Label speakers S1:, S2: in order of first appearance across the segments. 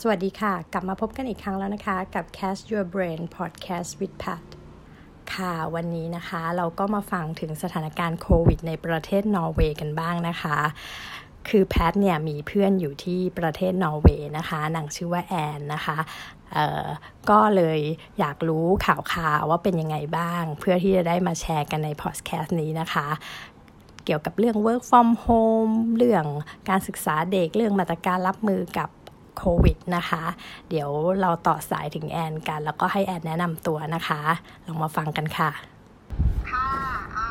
S1: สวัสดีค่ะ กลับมาพบกันอีกครั้งแล้วนะคะ กับ Cast Your Brain Podcast with Pat ค่ะ วันนี้นะคะเราก็มาฟังถึงสถานการณ์โควิดในประเทศนอร์เวย์กันบ้างนะคะ คือแพทเนี่ยมีเพื่อนอยู่ที่ประเทศนอร์เวย์นะคะนางชื่อว่าแอนนะคะเอ่อก็เลยอยากรู้ข่าวๆว่าเป็นยังไงบ้าง เพื่อที่จะได้มาแชร์กันในพอดแคสต์นี้นะคะ เกี่ยวกับเรื่อง work from home เรื่องการศึกษาเด็ก เรื่องมาตรการรับมือกับโควิดนะคะ เดี๋ยวเราต่อสายถึงแอนกัน แล้วก็ให้แอนแนะนำตัวนะคะ ลองมาฟังกันค่ะ
S2: ค่ะอ่า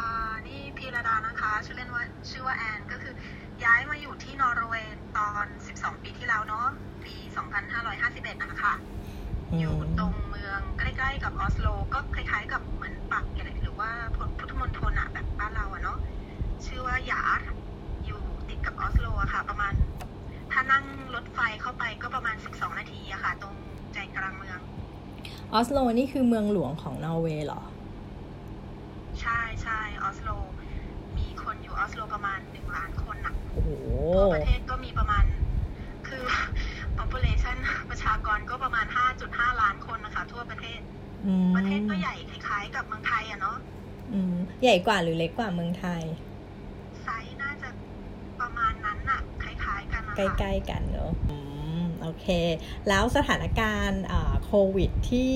S2: นี่พีระดานะคะ ชื่อเล่นว่าชื่อว่าแอน ก็คือย้ายมาอยู่ที่นอร์เวย์ตอน 12 ปีที่แล้วเนาะ ปี 2551 นะคะ อยู่ตรงเมืองใกล้ๆกับออสโล ก็คล้ายๆกับเหมือนปักเกร็ดหรือว่าพุทธมณฑลอะแบบบ้านเราอะเนาะ ชื่อว่าหยาร์ดอยู่ติดกับออสโลอะค่ะ ประมาณ ถ้านั่งรถไฟเข้าไปก็ประมาณ 12 นาทีอะค่ะ ตรงใจกลางเมือง
S1: ออสโลนี่คือเมืองหลวงของนอร์เวย์เหรอ
S2: ใช่ใช่ออสโล มีคนอยู่ออสโลประมาณ 1 ล้านคนอะ
S1: โอ้โห
S2: ทั่วประเทศก็มีประมาณ คือ population ประชากรก็ประมาณ 5.5 ล้านคนนะคะ ทั่วประเทศ
S1: อืม
S2: ประเทศก็ใหญ่คล้ายๆ กับเมืองไทยอะเนาะ
S1: อืมใหญ่กว่าหรือเล็กกว่าเมืองไทย
S2: ไซส์น่าจะประมาณนั้นน่ะ คล้ายๆกันนะ
S1: ใก
S2: คะ
S1: ล้ๆกันเนอะอืมโอเค แล้วสถานการณ์อ่าโควิดที่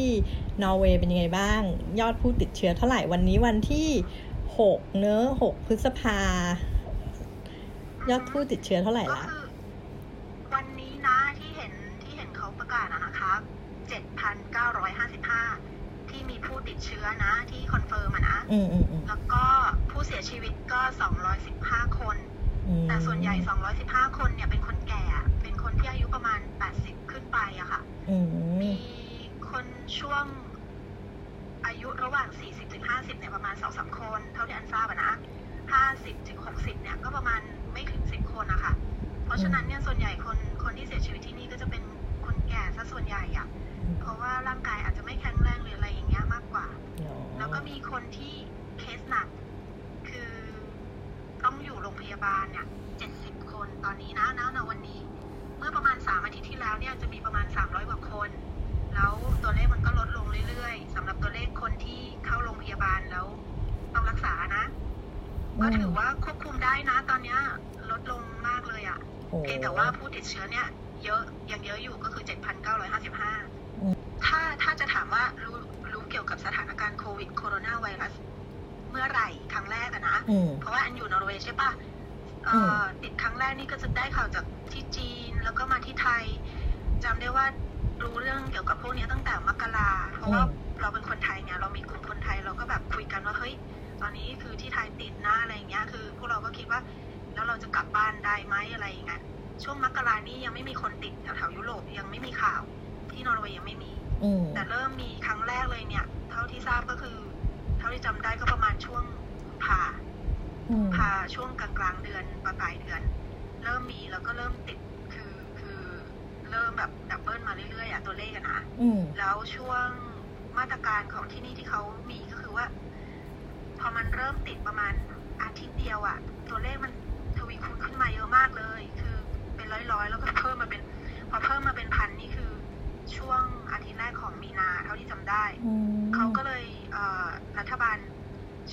S1: นอร์เวย์เป็นยังไงบ้าง ยอดผู้ติดเชื้อเท่าไหร่วันนี้วันที่หกเนอะหกพฤษภา ยอดผู้ติดเชื้อเท่าไหร่
S2: ก็
S1: ละ
S2: คือ วันนี้นะที่เห็นที่เห็นเขาประกาศอะนะคะ 7,955 ที่มีผู้ติดเชื้อนะที่คอนเฟิร์มอะนะ
S1: อืมอืมอืม
S2: แล้วก็ผู้เสียชีวิตก็ 215 คน
S1: อืม
S2: แต่ส่วนใหญ่ 215 คนเนี่ย เป็นคนแก่ เป็นคนที่อายุประมาณ 80 ขึ้นไปอะค่ะ
S1: อืม
S2: มีคนช่วงอายุระหว่าง 40 ถึง 50 เนี่ย ประมาณ 2-3 คน เท่าที่อันทราบอะนะ 50 ถึง 60 เนี่ย ก็ประมาณไม่ถึง 10 คนนะคะ เพราะฉะนั้นเนี่ย ส่วนใหญ่คน คนที่เสียชีวิตที่นี่ก็จะเป็นคนแก่ซะส่วนใหญ่อะเพราะว่าร่างกายอาจจะไม่แข็งแรงหรืออะไรอย่างเงี้ยมากกว่า แล้วก็มีคนที่เคสหนัก คือต้องอยู่โรงพยาบาลเนี่ย 70 คนตอนนี้นะนะนะวันนี้ เมื่อประมาณ 3 อาทิตย์ที่แล้วเนี่ยจะมีประมาณ 300 กว่าคน แล้วตัวเลขมันก็ลดลงเรื่อยๆสำหรับตัวเลขคนที่เข้าโรงพยาบาลแล้วต้องรักษานะ ก็ถือว่าควบคุมได้นะ ตอนเนี้ยลดลงมากเลยอะ่ะ
S1: โอ้
S2: เพียงแต่ว่าผู้ติดเชื้อเนี่ย เยอะยังเยอะอยู่ก็คือ 7,955 ถ้าถ้าจะถามว่ารู้รู้เกี่ยวกับสถานการณ์โควิดโคโรนาไวรัสเมื่อไหร่ครั้งแรกอะนะ
S1: อืม
S2: เพราะว่าอันอยู่นอร์เวย์ใช่ปะเอ่ออติดครั้งแรกนี่ก็จะได้ข่าวจากที่จีนแล้วก็มาที่ไทยจำได้ว่ารู้เรื่องเกี่ยวกับพวกเนี้ยตั้งแต่มกราเพราะว่า
S1: อืม
S2: เราเป็นคนไทยไงเรามีกลุ่มคนไทยเราก็แบบคุยกันว่าเฮ้ยตอนนี้คือที่ไทยติดนะอะไรอย่างเงี้ยคือ พวกเราก็คิดว่า แล้วเราจะกลับบ้านได้ไหมอะไรอย่างเงี้ยช่วงมกรานี่ยังไม่มีคนติดแถวๆยุโรปยังไม่มีข่าวที่นอร์เวย์ยังไม่มี
S1: อืม
S2: แต่เริ่มมีครั้งแรกเลยเนี่ย เท่าที่ทราบก็คือ เท่าที่จำได้ก็ประมาณช่วงกุมภา
S1: อืม
S2: พาช่วงกลางกลางๆเดือนปลายปลายเดือน เริ่มมีแล้วก็เริ่มติดคือคือเริ่มแบบดับเบิลมาเรื่อยๆอะตัวเลขอะนะ
S1: อืม
S2: แล้วช่วงมาตรการของที่นี่ที่เขามีก็คือว่า พอมันเริ่มติดประมาณอาทิตย์เดียวอะตัวเลขมันทวีคูณขึ้นมาเยอะมากเลย คือเป็นร้อยๆ แล้วก็เพิ่มมาเป็น พอเพิ่มมาเป็นพันนี่คือ ช่วงอาทิตย์แรกของมีนาเท่าที่จำได้
S1: อืม
S2: เขาก็เลยเอ่อรัฐบาล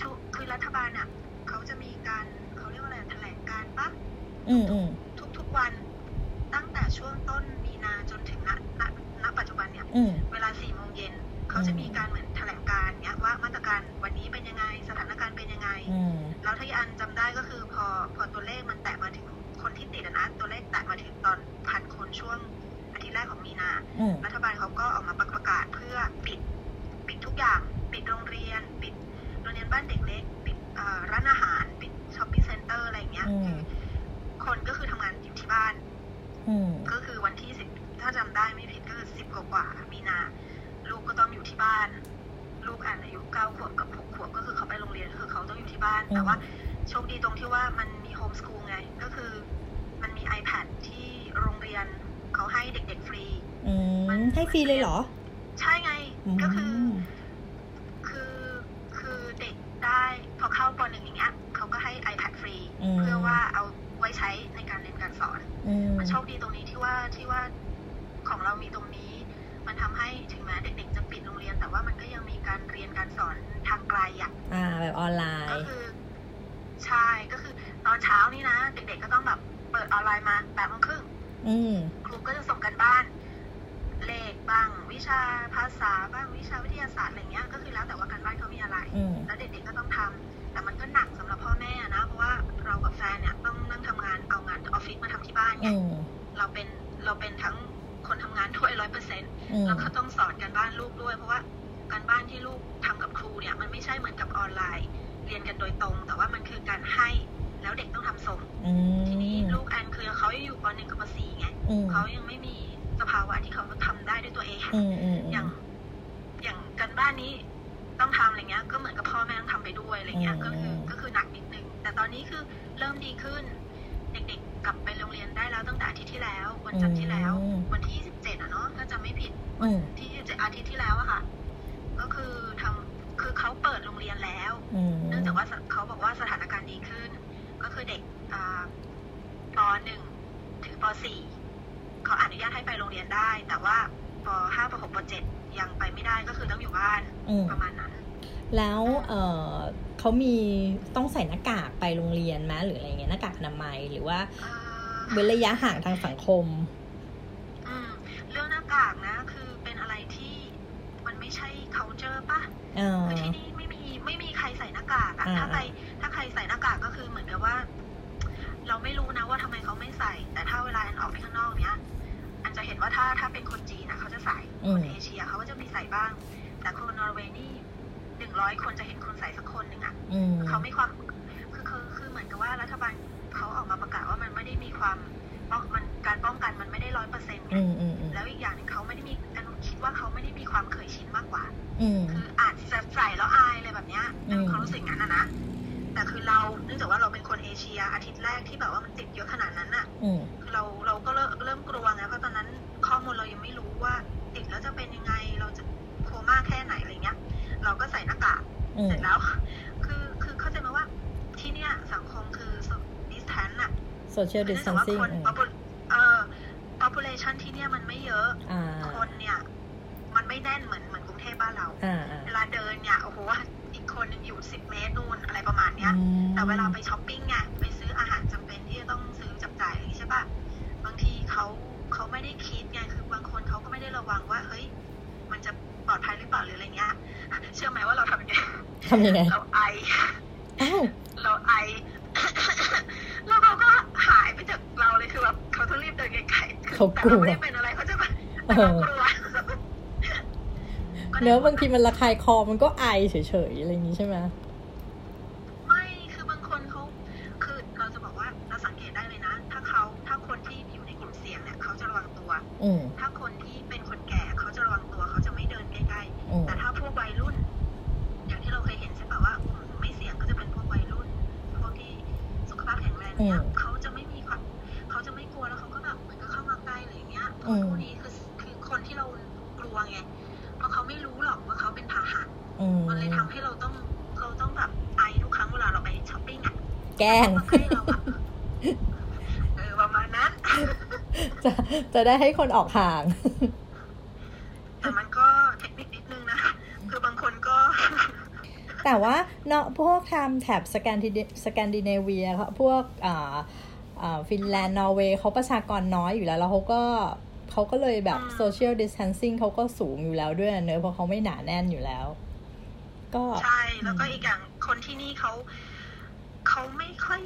S2: ชุคือรัฐบาลอะเขาจะมีการเขาเรียกว่าอะไรแถลงการณ์ปะ
S1: อืมอืม
S2: ทุกๆวันตั้งแต่ช่วงต้นมีนาจนถึงณณณปัจจุบันเนี่ย
S1: อืม
S2: เวลา4โมงเย็นเขาจะมีการเหมือนแถลงการณ์เนี่ยว่ามาตรการวันนี้เป็นยังไง สถานการณ์เป็นยังไง
S1: อืม
S2: แล้วที่อันจำได้ก็คือพอพอตัวเลขมันแตะมาถึงคนที่ติดอะนะ ตัวเลขแตะมาถึงตอนพันคนช่วงอาทิตย์แรกของมีนา
S1: อืม
S2: รัฐบาลเขาก็ออกมาประกาศเพื่อปิด ปิดทุกอย่าง ปิดโรงเรียน ปิดโรงเรียนบ้านเด็กเล็ก ปิดเอ่อร้านอาหาร ปิดช้อปปิ้งเซ็นเตอร์อะไรอย่างเงี้ย
S1: อืม
S2: คือคนก็คือทำงานอยู่ที่บ้าน
S1: อืม
S2: ก็คือวันที่สิบถ้าจำได้ไม่ผิดก็คือสิบกว่าๆมีนา ลูกก็ต้องอยู่ที่บ้าน ลูกอ่านอายุเก้าขวบกับหกขวบก็คือเขาไปโรงเรียนก็คือเขาต้องอยู่ที่บ้าน
S1: อืม
S2: แต่ว่าโชคดีตรงที่ว่ามันมีโฮมสกูลไง ก็คือ มันมี iPad ที่โรงเรียนเขาให้เด็กๆฟรี
S1: อืมให้ฟรีเลยเหรอ
S2: ใช่ไง
S1: ม
S2: ก็คือ คือคือเด็กได้พอเข้าปหนึ่งอย่างเงี้ยเขาก็ให้ iPad ฟรี
S1: อืม
S2: เพื่อว่าเอาไว้ใช้ในการเรียนการสอน
S1: อืม
S2: มันโชคดีตรงนี้ที่ว่าที่ว่า ของเรามีตรงนี้ มันทำให้ถึงแม้เด็กๆจะปิดโรงเรียน แต่ว่ามันก็ยังมีการเรียนการสอนทางไกลอ่ะ
S1: อ่า แบบออนไล
S2: ก็
S1: น์
S2: คือใช่ก็คือตอนเช้านี่นะ เด็กๆก็ต้องแบบเปิดออนไลน์มาแปดโมงครึ่ง
S1: อืม
S2: ครูก็จะส่งกันบ้าน เลขบ้างวิชาภาษาบ้างวิชาวิทยาศาสตร์อะไรเงี้ยก็คือแล้วแต่ว่าการบ้านเขามีอะไร
S1: อืม
S2: แล้วเด็กๆก็ต้องทำแต่มันก็หนักสำหรับพ่อแม่นะ เพราะว่าเรากับแฟนเนี่ยต้องนั่งทำงานเอางานออฟฟิศมาทำที่บ้านไง
S1: อืม
S2: เราเป็นเราเป็นทั้งคนทำงานด้วยร้อยเปอร์เซ็นต์
S1: อืม
S2: แล้วก็ต้องสอนการบ้านลูกด้วย เพราะว่าการบ้านที่ลูกทำกับครูเนี่ยมันไม่ใช่เหมือนกับออนไลน์ เรียนกันโดยตรง แต่ว่ามันคือการให้แล้วเด็กต้องทำส่ง
S1: อืม
S2: ทีนี้ลูกแอนคือเขาอยู่ปหนึ่งกับปสี่ไง
S1: อืม
S2: เขายังไม่มีสภาวะที่เขาทำได้ด้วยตัวเอง
S1: อืมอืม
S2: อ
S1: อื
S2: ย่าง
S1: ม
S2: อย่างกันบ้านนี้ต้องทำอะไรเงี้ย ก็เหมือนกับพ่อแม่ต้องทำไปด้วยอะไรเงี้ย
S1: อื
S2: ก็
S1: ม
S2: คือก็คือหนักนิดนึง แต่ตอนนี้คือเริ่มดีขึ้น เด็กๆกลับไปโรงเรียนได้แล้วตั้งแต่อาทิตย์ที่แล้ว วันจันทร์ที่แล้ว
S1: อืม
S2: วันที่ 27อ่ะเนาะถ้าจำไม่ผิด
S1: อืม
S2: ที่27อาทิตย์ที่แล้วอะค่ะ ก็คือทำคือเขาเปิดโรงเรียนแล้ว
S1: อืม
S2: เนื่องจากว่าสเขาบอกว่าสถานการณ์ดีขึ้น ก็คือเด็กอ่าปหนึ่งถึงปสี่เขาอนุญาตให้ไปโรงเรียนได้ แต่ว่าปห้าปหกปเจ็ดยังไปไม่ได้ก็คือต้องอยู่บ้าน
S1: อืม
S2: ประมาณนั้น
S1: แล้วเอ่อเขามีต้องใส่หน้ากากไปโรงเรียนไหมหรืออะไรเงี้ยหน้ากากอนามัยหรือว่า
S2: เอ่อ
S1: เว้นระยะห่างทางสังคม
S2: อืมเรื่องหน้ากากนะ คือเป็นอะไรที่มันไม่ใช่ culture ปะ
S1: เออ
S2: คือที่นี่ไม่มีไม่มีใครใส่หน้ากากอะ
S1: อ่า
S2: ถ้าใครถ้าใครใส่หน้ากากก็คือเหมือนกับว่า เราไม่รู้นะว่าทำไมเขาไม่ใส่ แต่ถ้าเวลาอันออกไปข้างนอกเนี้ย อันจะเห็นว่าถ้าถ้าเป็นคนจีนนะเขาจะใส่
S1: อื
S2: ค
S1: ม
S2: นเอเชียเขาก็จะมีใส่บ้าง แต่คนนอร์เวย์นี่หนึ่งร้อยคนจะเห็นคนใส่สักคนหนึ่งอะ
S1: อืม
S2: เขาไม่ความคือคือคือเหมือนกับว่ารัฐบาลเขาออกมาประกาศว่ามันไม่ได้มีความป้องมันการป้องกันมันไม่ได้ร้อยเปอร์เซ็นต์
S1: อืมอืมอืม
S2: แล้วอีกอย่างหนึงเขาไม่ได้มีอันคิดว่าเขาไม่ได้มีความเคยชินมากกว่า
S1: อืม
S2: คืออาจจะใส่แล้วอายอะไรแบบเนี้ย
S1: อืม
S2: ความรู้สึกอย่างนั้นอะนะ แต่คือเราเนื่องจากว่าเราเป็นคนเอเชียอาทิตย์แรกที่แบบว่ามันติดเยอะขนาดนั้นอะ
S1: อืม
S2: คือเราเราก็เริ่มเริ่มกลัวไงเพราะตอนนั้นข้อมูลเรายังไม่รู้ว่าติดแล้วจะเป็นยังไงเราจะโคม่าแค่ไหนอะไรเงี้ย เราก็ใส่หน้ากาก
S1: อืม
S2: เสร็จแล้ว คือคือเข้าใจไหมว่าที่เนี่ยสังคมคือ distance อะ
S1: โซเชียลดิสทั
S2: แต่
S1: น
S2: ว่า
S1: ซิ่ง
S2: คนเอ่อ population ที่เนี่ยมันไม่เยอะ
S1: อ่า
S2: คนเนี่ย มันไม่แน่นเหมือนเหมือนกรุงเทพบ้านเรา
S1: อ่าอ่า
S2: เวลาเดินเนี่ยโอ้โหอีกคนหนึ่งอยู่สิบเมตรนู่นอะไรประมาณเนี้ย แต่เวลาไปช้อปปิ้งไงไปซื้ออาหารจำเป็นที่จะต้องซื้อจับจ่ายอะไรอย่างงี้ใช่ปะบางทีเขาเขาไม่ได้คิดไงคือบางคนเขาก็ไม่ได้ระวังว่าเฮ้ยมันจะปลอดภัยหรือเปล่าหรืออะไรเงี้ยเชื่อไหมว่าเราทำยังไง
S1: ทำยังไง
S2: เราไอ
S1: อ้าว
S2: เราไอ แล้วเขาก็หายไปจากเราเลยคือแบบเขาต้องรีบเดินไกลๆคือ
S1: เขา
S2: แต่
S1: ก
S2: เรา
S1: ลัว
S2: ไม่ได้เป็นอะไรเขาจะแบบ
S1: เอ
S2: แต่
S1: อ
S2: เรา
S1: ก
S2: ลัว
S1: เนื้อะบางทีมันระคายคอมันก็ไอเฉยๆอะไรอย่างนี้ใช่ไหม
S2: ไม่คือบางคนเขาคือเราจะบอกว่าเราสังเกตได้เลยนะ ถ้าเขาถ้าคนที่อยู่ในกลุ่มเสี่ยงเนี่ยเขาจะระวังตัว
S1: อืม
S2: ถ้าคนที่เป็นคนแก่เขาจะระวังตัวเขาจะไม่เดินใกล้
S1: อื
S2: ๆ
S1: ม
S2: แต่ถ้าพวกวัยรุ่น อย่างที่เราเคยเห็นใช่ปะว่ากลุ่มไม่เสี่ยงก็จะเป็นพวกวัยรุ่นพวกที่สุขภาพแข็งแรงเนี่ยเขาจะไม่มีความเขาจะไม่กลัวแล้วเขาก็แบบเหมือนก็เข้ามาใกล้อะไรอย่างเงี้ยพวกพวกนี้คือคือคนที่เรากลัวไงเพราะเขาไม่รู้หรอกว่าเขาเป็นพาหะ
S1: อืม
S2: มันเลยทำให้เราต้องเราต้องแบบไอทุกครั้งเวลาเราไปช้อปปิ้งอะ
S1: แกล้ง
S2: มาใกล้เราอะเออประมาณนั้น
S1: จะจะได้ให้คนออกห่าง
S2: แต่มันก็เทคนิคนิดนึงนะคะ คือบางคนก็
S1: แต่ว่าเนาะพวกทำแถบสแกนดิสแกนดิเนเวียเขาพวกอ่าอ่าฟินแลนด์นอร์เวย์เขาประชากรน้อยอยู่แล้ว แล้วเขาก็เขาก็เลยแบบ
S2: อืม
S1: โซเชียลดิส a n นซิ่งเขาก็สูงอยู่แล้วด้วยเนอะเพราะเขาไม่หนาแน่นอยู่แล้ว ก็
S2: ใช่ แล้วก็อีกอย่างคนที่นี่เขาเขาไม่ค่อย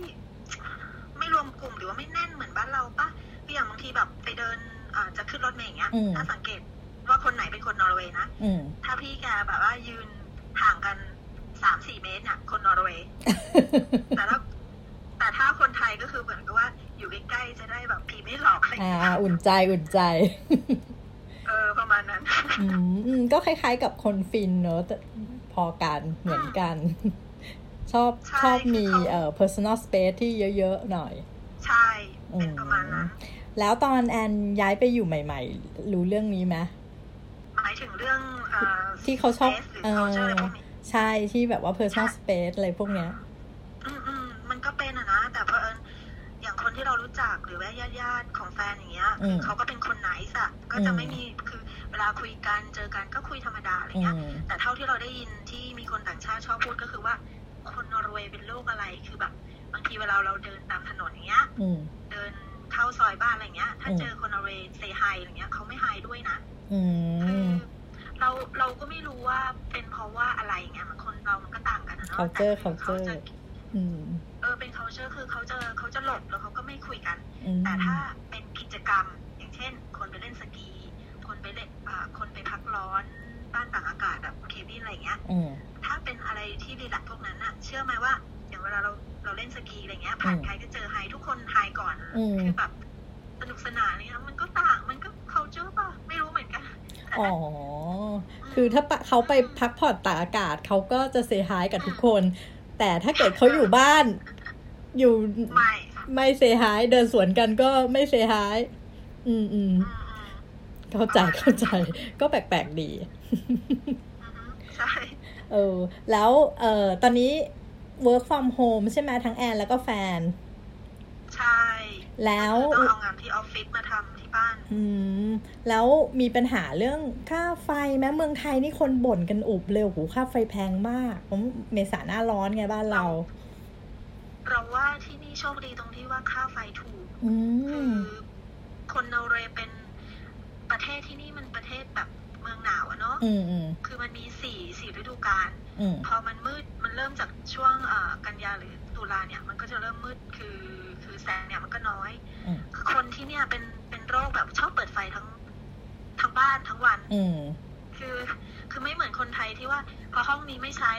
S2: ไม่รวมกลุ่มหรือว่าไม่แน่นเหมือนบ้านเราปะคืออย่างบางทีแบบไปเดินอ่าจะขึ้นรถเมล์อย่างเงี้ย
S1: อืม
S2: ถ้าสังเกตว่าคนไหนเป็นคนนอร์เวย์นะ
S1: อืม
S2: ถ้าพี่แกแบบว่ายืนห่างกันสามสี่เมตรเนี่ยคนนอร์เวย์ แต่ถ้าแต่ถ้าคนไทยก็คือเหมือนกับว่า อยู่ใกล้ๆจะได้แบบผีไม่หลอกอะไรอย่าง
S1: อ่า
S2: เงี้ย
S1: อุ่นใจอุ่นใจ
S2: เออประมาณนั้น
S1: อืมอืมก็คล้ายๆกับคนฟินเนอะแต่พอกันเหมือนกัน ชอบ
S2: ใช่
S1: ชอบมี
S2: คือเขา
S1: เอ่อ personal space ที่เยอะๆหน่อย
S2: ใช่ เป็นประมาณนั้น
S1: แล้วตอนแอนย้ายไปอยู่ใหม่ ๆ รู้เรื่องนี้ไหม
S2: หมายถึงเรื่องเอ่อ
S1: ที่เขาชอบ
S2: space หรือ
S1: เอ
S2: culture
S1: อ
S2: อะไรพวกนี้
S1: ใช่ที่แบบว่า personal space อะไรพวกเนี้ย
S2: อืมอืมมันก็เป็นอะนะ แต่เพอเอิญอย่างคนที่เรา รู้จักหรือว่าญาติญาติๆของแฟนอย่างเงี้ยคือ
S1: ม
S2: เขาก็เป็นคนไหนสอะก็จะ
S1: อืม
S2: ไม่มีคือเวลาคุยกันเจอกันก็คุยธรรมดาอะไร
S1: อื
S2: เงี้ย
S1: ม
S2: แต่เท่าที่เราได้ยินที่มีคนต่างชาติชอบพูดก็คือว่า คนนอร์เวย์เป็นโรคอะไรคือแบบบางทีเวลาเราเดินตามถนนอย่างเงี้ย
S1: อืม
S2: เดินเข้าซอยบ้านอะไรเงี้ย ถ้า
S1: อืม
S2: เจอคนนอร์เวย์เซไฮอะไรเงี้ยเขาไม่ไฮด้วยนะ
S1: อื
S2: คือ
S1: ม
S2: เราเราก็ไม่รู้ว่าเป็นเพราะว่าอะไรเงี้ยมันคนเรามันก็ต่างกันนะเนาะ
S1: culture
S2: แต่เขาจะ
S1: culture อืม
S2: เออเป็น culture คือเขาจะเขาจะหลบแล้วเขาก็ไม่คุยกัน
S1: อืม
S2: แต่ถ้าเป็นกิจกรรมอย่างเช่น คนไปเล่นสกี คนไปเล่นอ่าคนไปพักร้อนบ้านต่างอากาศแบบเคบินอะไรเงี้ย
S1: อืม
S2: ถ้าเป็นอะไรที่รีแลกซ์พวกนั้นอะเชื่อไหมว่า อย่างเวลาเราเราเล่นสกีอะไรเงี้ย ผ่าน
S1: อืม
S2: ใครก็เจอไฮทุกคนไฮก่อน
S1: อืม
S2: คือแบบสนุกสนานอะไรเงี้ยมันก็ต่างมันก็ culture ป่ะไม่รู้เหมือนกันแต่
S1: อ๋อ
S2: ถ้า
S1: คือถ้าปะเขาไปพักผ่อนตากอากาศเขาก็จะเซฮายกับทุกคน แต่ถ้าเกิดเขาอยู่บ้าน อยู่
S2: ไม่
S1: ไม่เซฮายเดินสวนกันก็ไม่เซฮายอืมอืม
S2: อืมอืม
S1: เข้าใจเข้าใจ ก็แปลกๆดี
S2: อือฮึใช่
S1: เออ แล้วเออตอนนี้ work from home ใช่ไหมทั้งแอนแล้วก็แฟน
S2: ใช่
S1: แล้ว
S2: ก็เอางานที่ออฟฟิศมาทำที่บ้าน
S1: อืม แล้วมีปัญหาเรื่องค่าไฟไหมเมืองไทยนี่คนบ่นกันอุบเลยโอ้โหูค่าไฟแพงมากผมเมษาหน้าร้อนไงบ้านเรา
S2: เราว่าที่นี่โชคดีตรงที่ว่าค่าไฟถูก
S1: อื
S2: คื
S1: ม
S2: อ คนนอร์เวย์เป็นประเทศที่นี่มันประเทศแบบเมืองหนาวอะเนาะ
S1: อืมอืม
S2: คือมันมีสี่สี่ฤดูกาล
S1: อืม
S2: พอมันมืดมันเริ่มจากช่วงเอ่อกันยาหรือตุลาเนี่ย มันก็จะเริ่มมืดคือคือแสงเนี่ยมันก็น้อย
S1: อืม
S2: คนที่เนี่ยเป็นเป็นโรคแบบชอบเปิดไฟทั้งทั้งบ้านทั้งวัน
S1: อืม
S2: คือคือไม่เหมือนคนไทยที่ว่า พอห้องนี้ไม่ใช้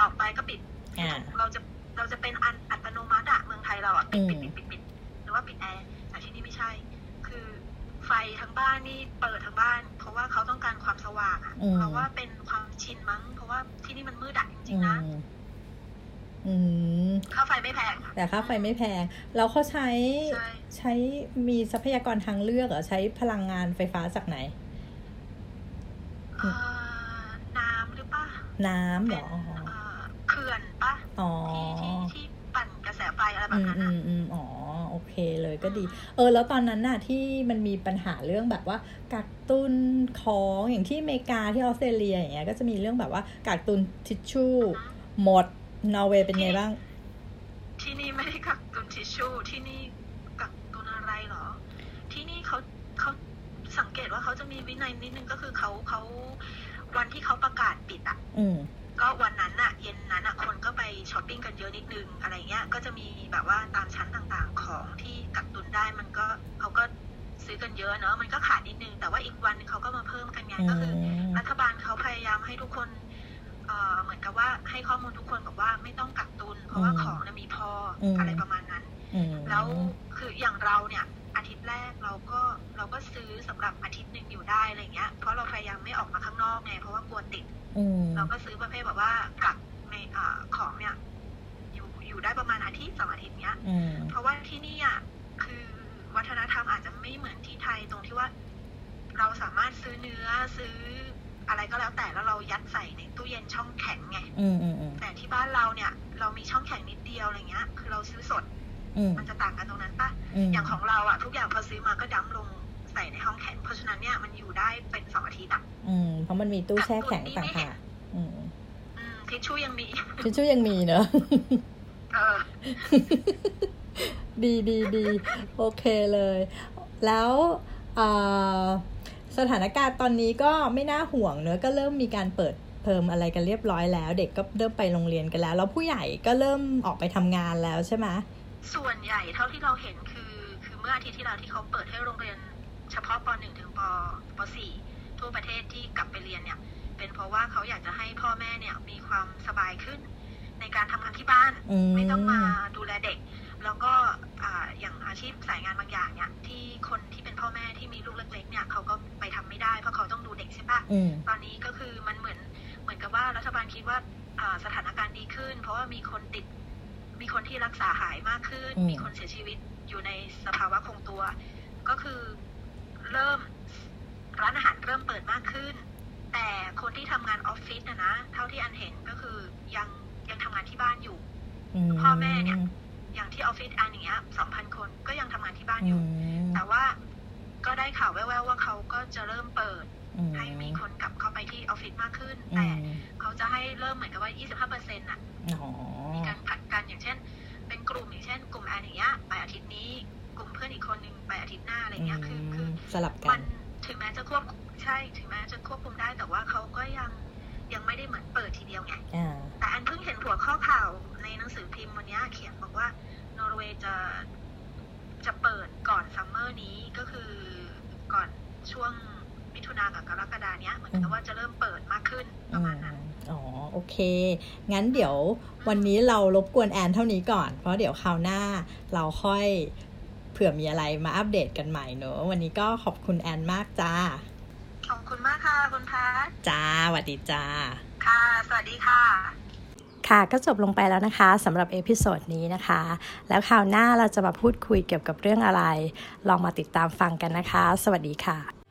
S2: ออกไปก็ปิด
S1: อ่า
S2: เราจะเราจะเป็นอันอัตโนมัติอะเมืองไทยเราอะปิด
S1: อื
S2: ปิด
S1: ม
S2: ปิดปิดปิดหรือว่าปิดแอร์แต่ที่นี่ไม่ใช่ คือไฟทั้งบ้านนี่เปิดทั้งบ้าน เพราะว่าเขาต้องการความสว่างอะ
S1: อืม
S2: เพราะว่าเป็นความชินมั้ง เพราะว่าที่นี่มันมืดดักจริ
S1: อื
S2: งๆนะ
S1: ม อืม
S2: ค่าไฟไม่แพง
S1: แต่ค่าไฟไม่แพง แล้วเขาใช้
S2: ใช่
S1: ใช้มีทรัพยากรทางเลือกเหรอ ใช้พลังงานไฟฟ้าจากไหน
S2: เอ่อน้ำหรือปะ
S1: น้ำเหร
S2: เป็น
S1: อ
S2: เอ่อเขื่อนปะ
S1: อ๋อ
S2: ที่ที่ที่ปั่นกระแสไฟอะไรแบ
S1: อื
S2: บ
S1: ม
S2: นั้น
S1: อื
S2: อะ
S1: มอืมอ๋อ โอเคเลยก็ดี เออ แล้วตอนนั้นน่ะที่มันมีปัญหาเรื่องแบบว่า กักตุนของอย่างที่อเมริกาที่ออสเตรเลียอย่างเงี้ย ก็จะมีเรื่องแบบว่ากักตุนทิชชู่
S2: อืม
S1: หมด นอร์เวย์เป็นไงบ้าง
S2: ที่นี่ไม่ได้กักตุนทิชชู่ที่นี่กักตุนอะไรเหรอ ที่นี่เขาเขาสังเกตว่าเขาจะมีวินัยนิดนึงก็คือเขาเขาวันที่เขาประกาศปิดอ่ะ
S1: อืม
S2: ก็วันนั้นอะเย็นนั้นอะคนก็ไปช้อปปิ้งกันเยอะนิดนึงอะไรเงี้ย ก็จะมีแบบว่าตามชั้นต่างๆของที่กักตุนได้มันก็เขาก็ซื้อกันเยอะเนอะมันก็ขาดนิดนึง แต่ว่าอีกวันหนึ่งเขาก็มาเพิ่มกันไง
S1: อื
S2: ก็คือ
S1: ม
S2: รัฐบาลเขาพยายามให้ทุกคนเอ่อเหมือนกับว่าให้ข้อมูลทุกคนบอกว่าไม่ต้องกักตุน เพราะว่า
S1: อืม
S2: ของนะมีพออ
S1: ม
S2: อะไรประมาณนั้น
S1: อืม
S2: แล้วคืออย่างเราเนี่ยอาทิตย์แรกเราก็เราก็ซื้อสำหรับอาทิตย์หนึ่งอยู่ได้อะไรเงี้ย เพราะเราพยายามไม่ออกมาข้างนอกไงเพราะว่ากลัวติด
S1: อืม
S2: เราก็ซื้อประเภทแบบว่ากักในเอ่อของเนี่ยอยู่อยู่ได้ประมาณอาทิตย์สองอาทิตย์เนี้ย
S1: อืม
S2: เพราะว่าที่นี่อ่ะคือวัฒนธรรมอาจจะไม่เหมือนที่ไทยตรงที่ว่า เราสามารถซื้อเนื้อซื้ออะไรก็แล้วแต่แล้วเรายัดใส่ในตู้เย็นช่องแข็งไง
S1: อืมอืมอืม
S2: แต่ที่บ้านเราเนี่ย เรามีช่องแข็งนิดเดียวอะไรเงี้ย คือเราซื้อสด
S1: อืม
S2: มันจะต่างกันตรงนั้นปะ
S1: อืม
S2: อย่างของเราอ่ะทุกอย่างพอซื้อมาก็ดั้มลงใส่ในห้องแข็งเพราะฉะนั้นเนี่ยมันอยู่ได้เป็นสองอาทิตย์อ่ะ
S1: อืม เพราะมันมีตู้แช่แข็งต่างหากอืม
S2: อืมทิชชู่ยังมี
S1: ทิชชู่ยังมีเนอะ
S2: เออ
S1: ดีดีดีโอเคเลย แล้วเอ่อสถานการณ์ตอนนี้ก็ไม่น่าห่วงเนอะก็เริ่มมีการเปิดเพิ่มอะไรกันเรียบร้อยแล้ว เด็กก็เริ่มไปโรงเรียนกันแล้ว แล้วผู้ใหญ่ก็เริ่มออกไปทำงานแล้วใช่ไหม
S2: ส่วนใหญ่เท่าที่เราเห็นคือ คือเมื่ออาทิตย์ที่แล้วที่เขาเปิดให้โรงเรียน เฉพาะป .1 ถึงปป .4 ทั่วประเทศที่กลับไปเรียนเนี่ย เป็นเพราะว่าเขาอยากจะให้พ่อแม่เนี่ยมีความสบายขึ้น ในการทำงานที่บ้าน
S1: อืม
S2: ไม่ต้องมาดูแลเด็ก แล้วก็อ่าอย่างอาชีพสายงานบางอย่างเนี่ย ที่คนที่เป็นพ่อแม่ที่มีลูกเล็กๆเนี่ยเขาก็ไปทำไม่ได้เพราะเขาต้องดูเด็กใช่ปะ
S1: อืม
S2: ตอนนี้ก็คือมันเหมือนเหมือนกับว่ารัฐบาลคิดว่าอ่าสถานการณ์ดีขึ้น เพราะว่ามีคนติด มีคนที่รักษาหายมากขึ้น มีคนเสียชีวิตอยู่ในสภาวะคงตัว ก็คือเริ่มร้านอาหารเริ่มเปิดมากขึ้น แต่คนที่ทำงานออฟฟิศนะนะ เท่าที่อันเห็นก็คือยังยังทำงานที่บ้านอยู่
S1: อืม
S2: พ่อแม่เนี่ย อย่างที่ออฟฟิศอันอย่างเงี้ยสองพันคนก็ยังทำงานที่บ้านอ
S3: อื
S2: ยู่
S3: ม
S2: แต่ว่าก็ได้ข่าวแว่วๆว่าเขาก็จะเริ่มเปิด
S3: อืม
S2: ให้มีคนกลับเข้าไปที่ออฟฟิศมากขึ้น
S3: อื
S2: แต่
S3: ม
S2: เขาจะให้เริ่มเหมือนกับว่า 25เปอร์เซ็นต์่ะ
S3: อ๋อ
S2: มีการผลัดกันอย่างเช่น เป็นกลุ่มอย่างเช่น กลุ่มแอนอย่างเงี้ยไปอาทิตย์นี้ กลุ่มเพื่อนอีกคนนึงไปอาทิตย์หน้าอะไรเงี้ยคือ
S3: ม
S2: คือ
S3: สลับกั
S2: มัน นถึงแม้จะควบใช่ถึงแม้จะควบคุมได้แต่ว่าเขาก็ยังยังไม่ได้เหมือนเปิดทีเดียวไง
S3: อ่า
S2: แต่อันเพิ่งเห็นหัวข้อข่าวในหนังสือพิมพ์วันเนี้ยเขียนบอกว่านอร์เวย์จะจะเปิดก่อนซัมเมอร์นี้ก็คือก่อนช่วงมิถุนากับกรกฎาเนี้ยเหมือนกับว่าจะเริ่มเปิดมากขึ้นป
S3: อื
S2: ระ
S3: ม
S2: มาณนั้น
S3: อ๋อ โอเค งั้นเดี๋ยววันนี้เรารบกวนแอนเท่านี้ก่อน เพราะเดี๋ยวคราวหน้าเราค่อยเผื่อมีอะไรมาอัปเดตกันใหม่เนอะวันนี้ก็ขอบคุณแอนมากจ้า
S2: ขอบคุณมากค่ะคุณพัช
S3: จ้าสวัสดีจ้า
S2: ค่ะ สวัสดีค่ะ
S1: ค่ะก็จบลงไปแล้วนะคะสำหรับเอพิโซดนี้นะคะ แล้วคราวหน้าเราจะมาพูดคุยเกี่ยวกับเรื่องอะไร ลองมาติดตามฟังกันนะคะ สวัสดีค่ะ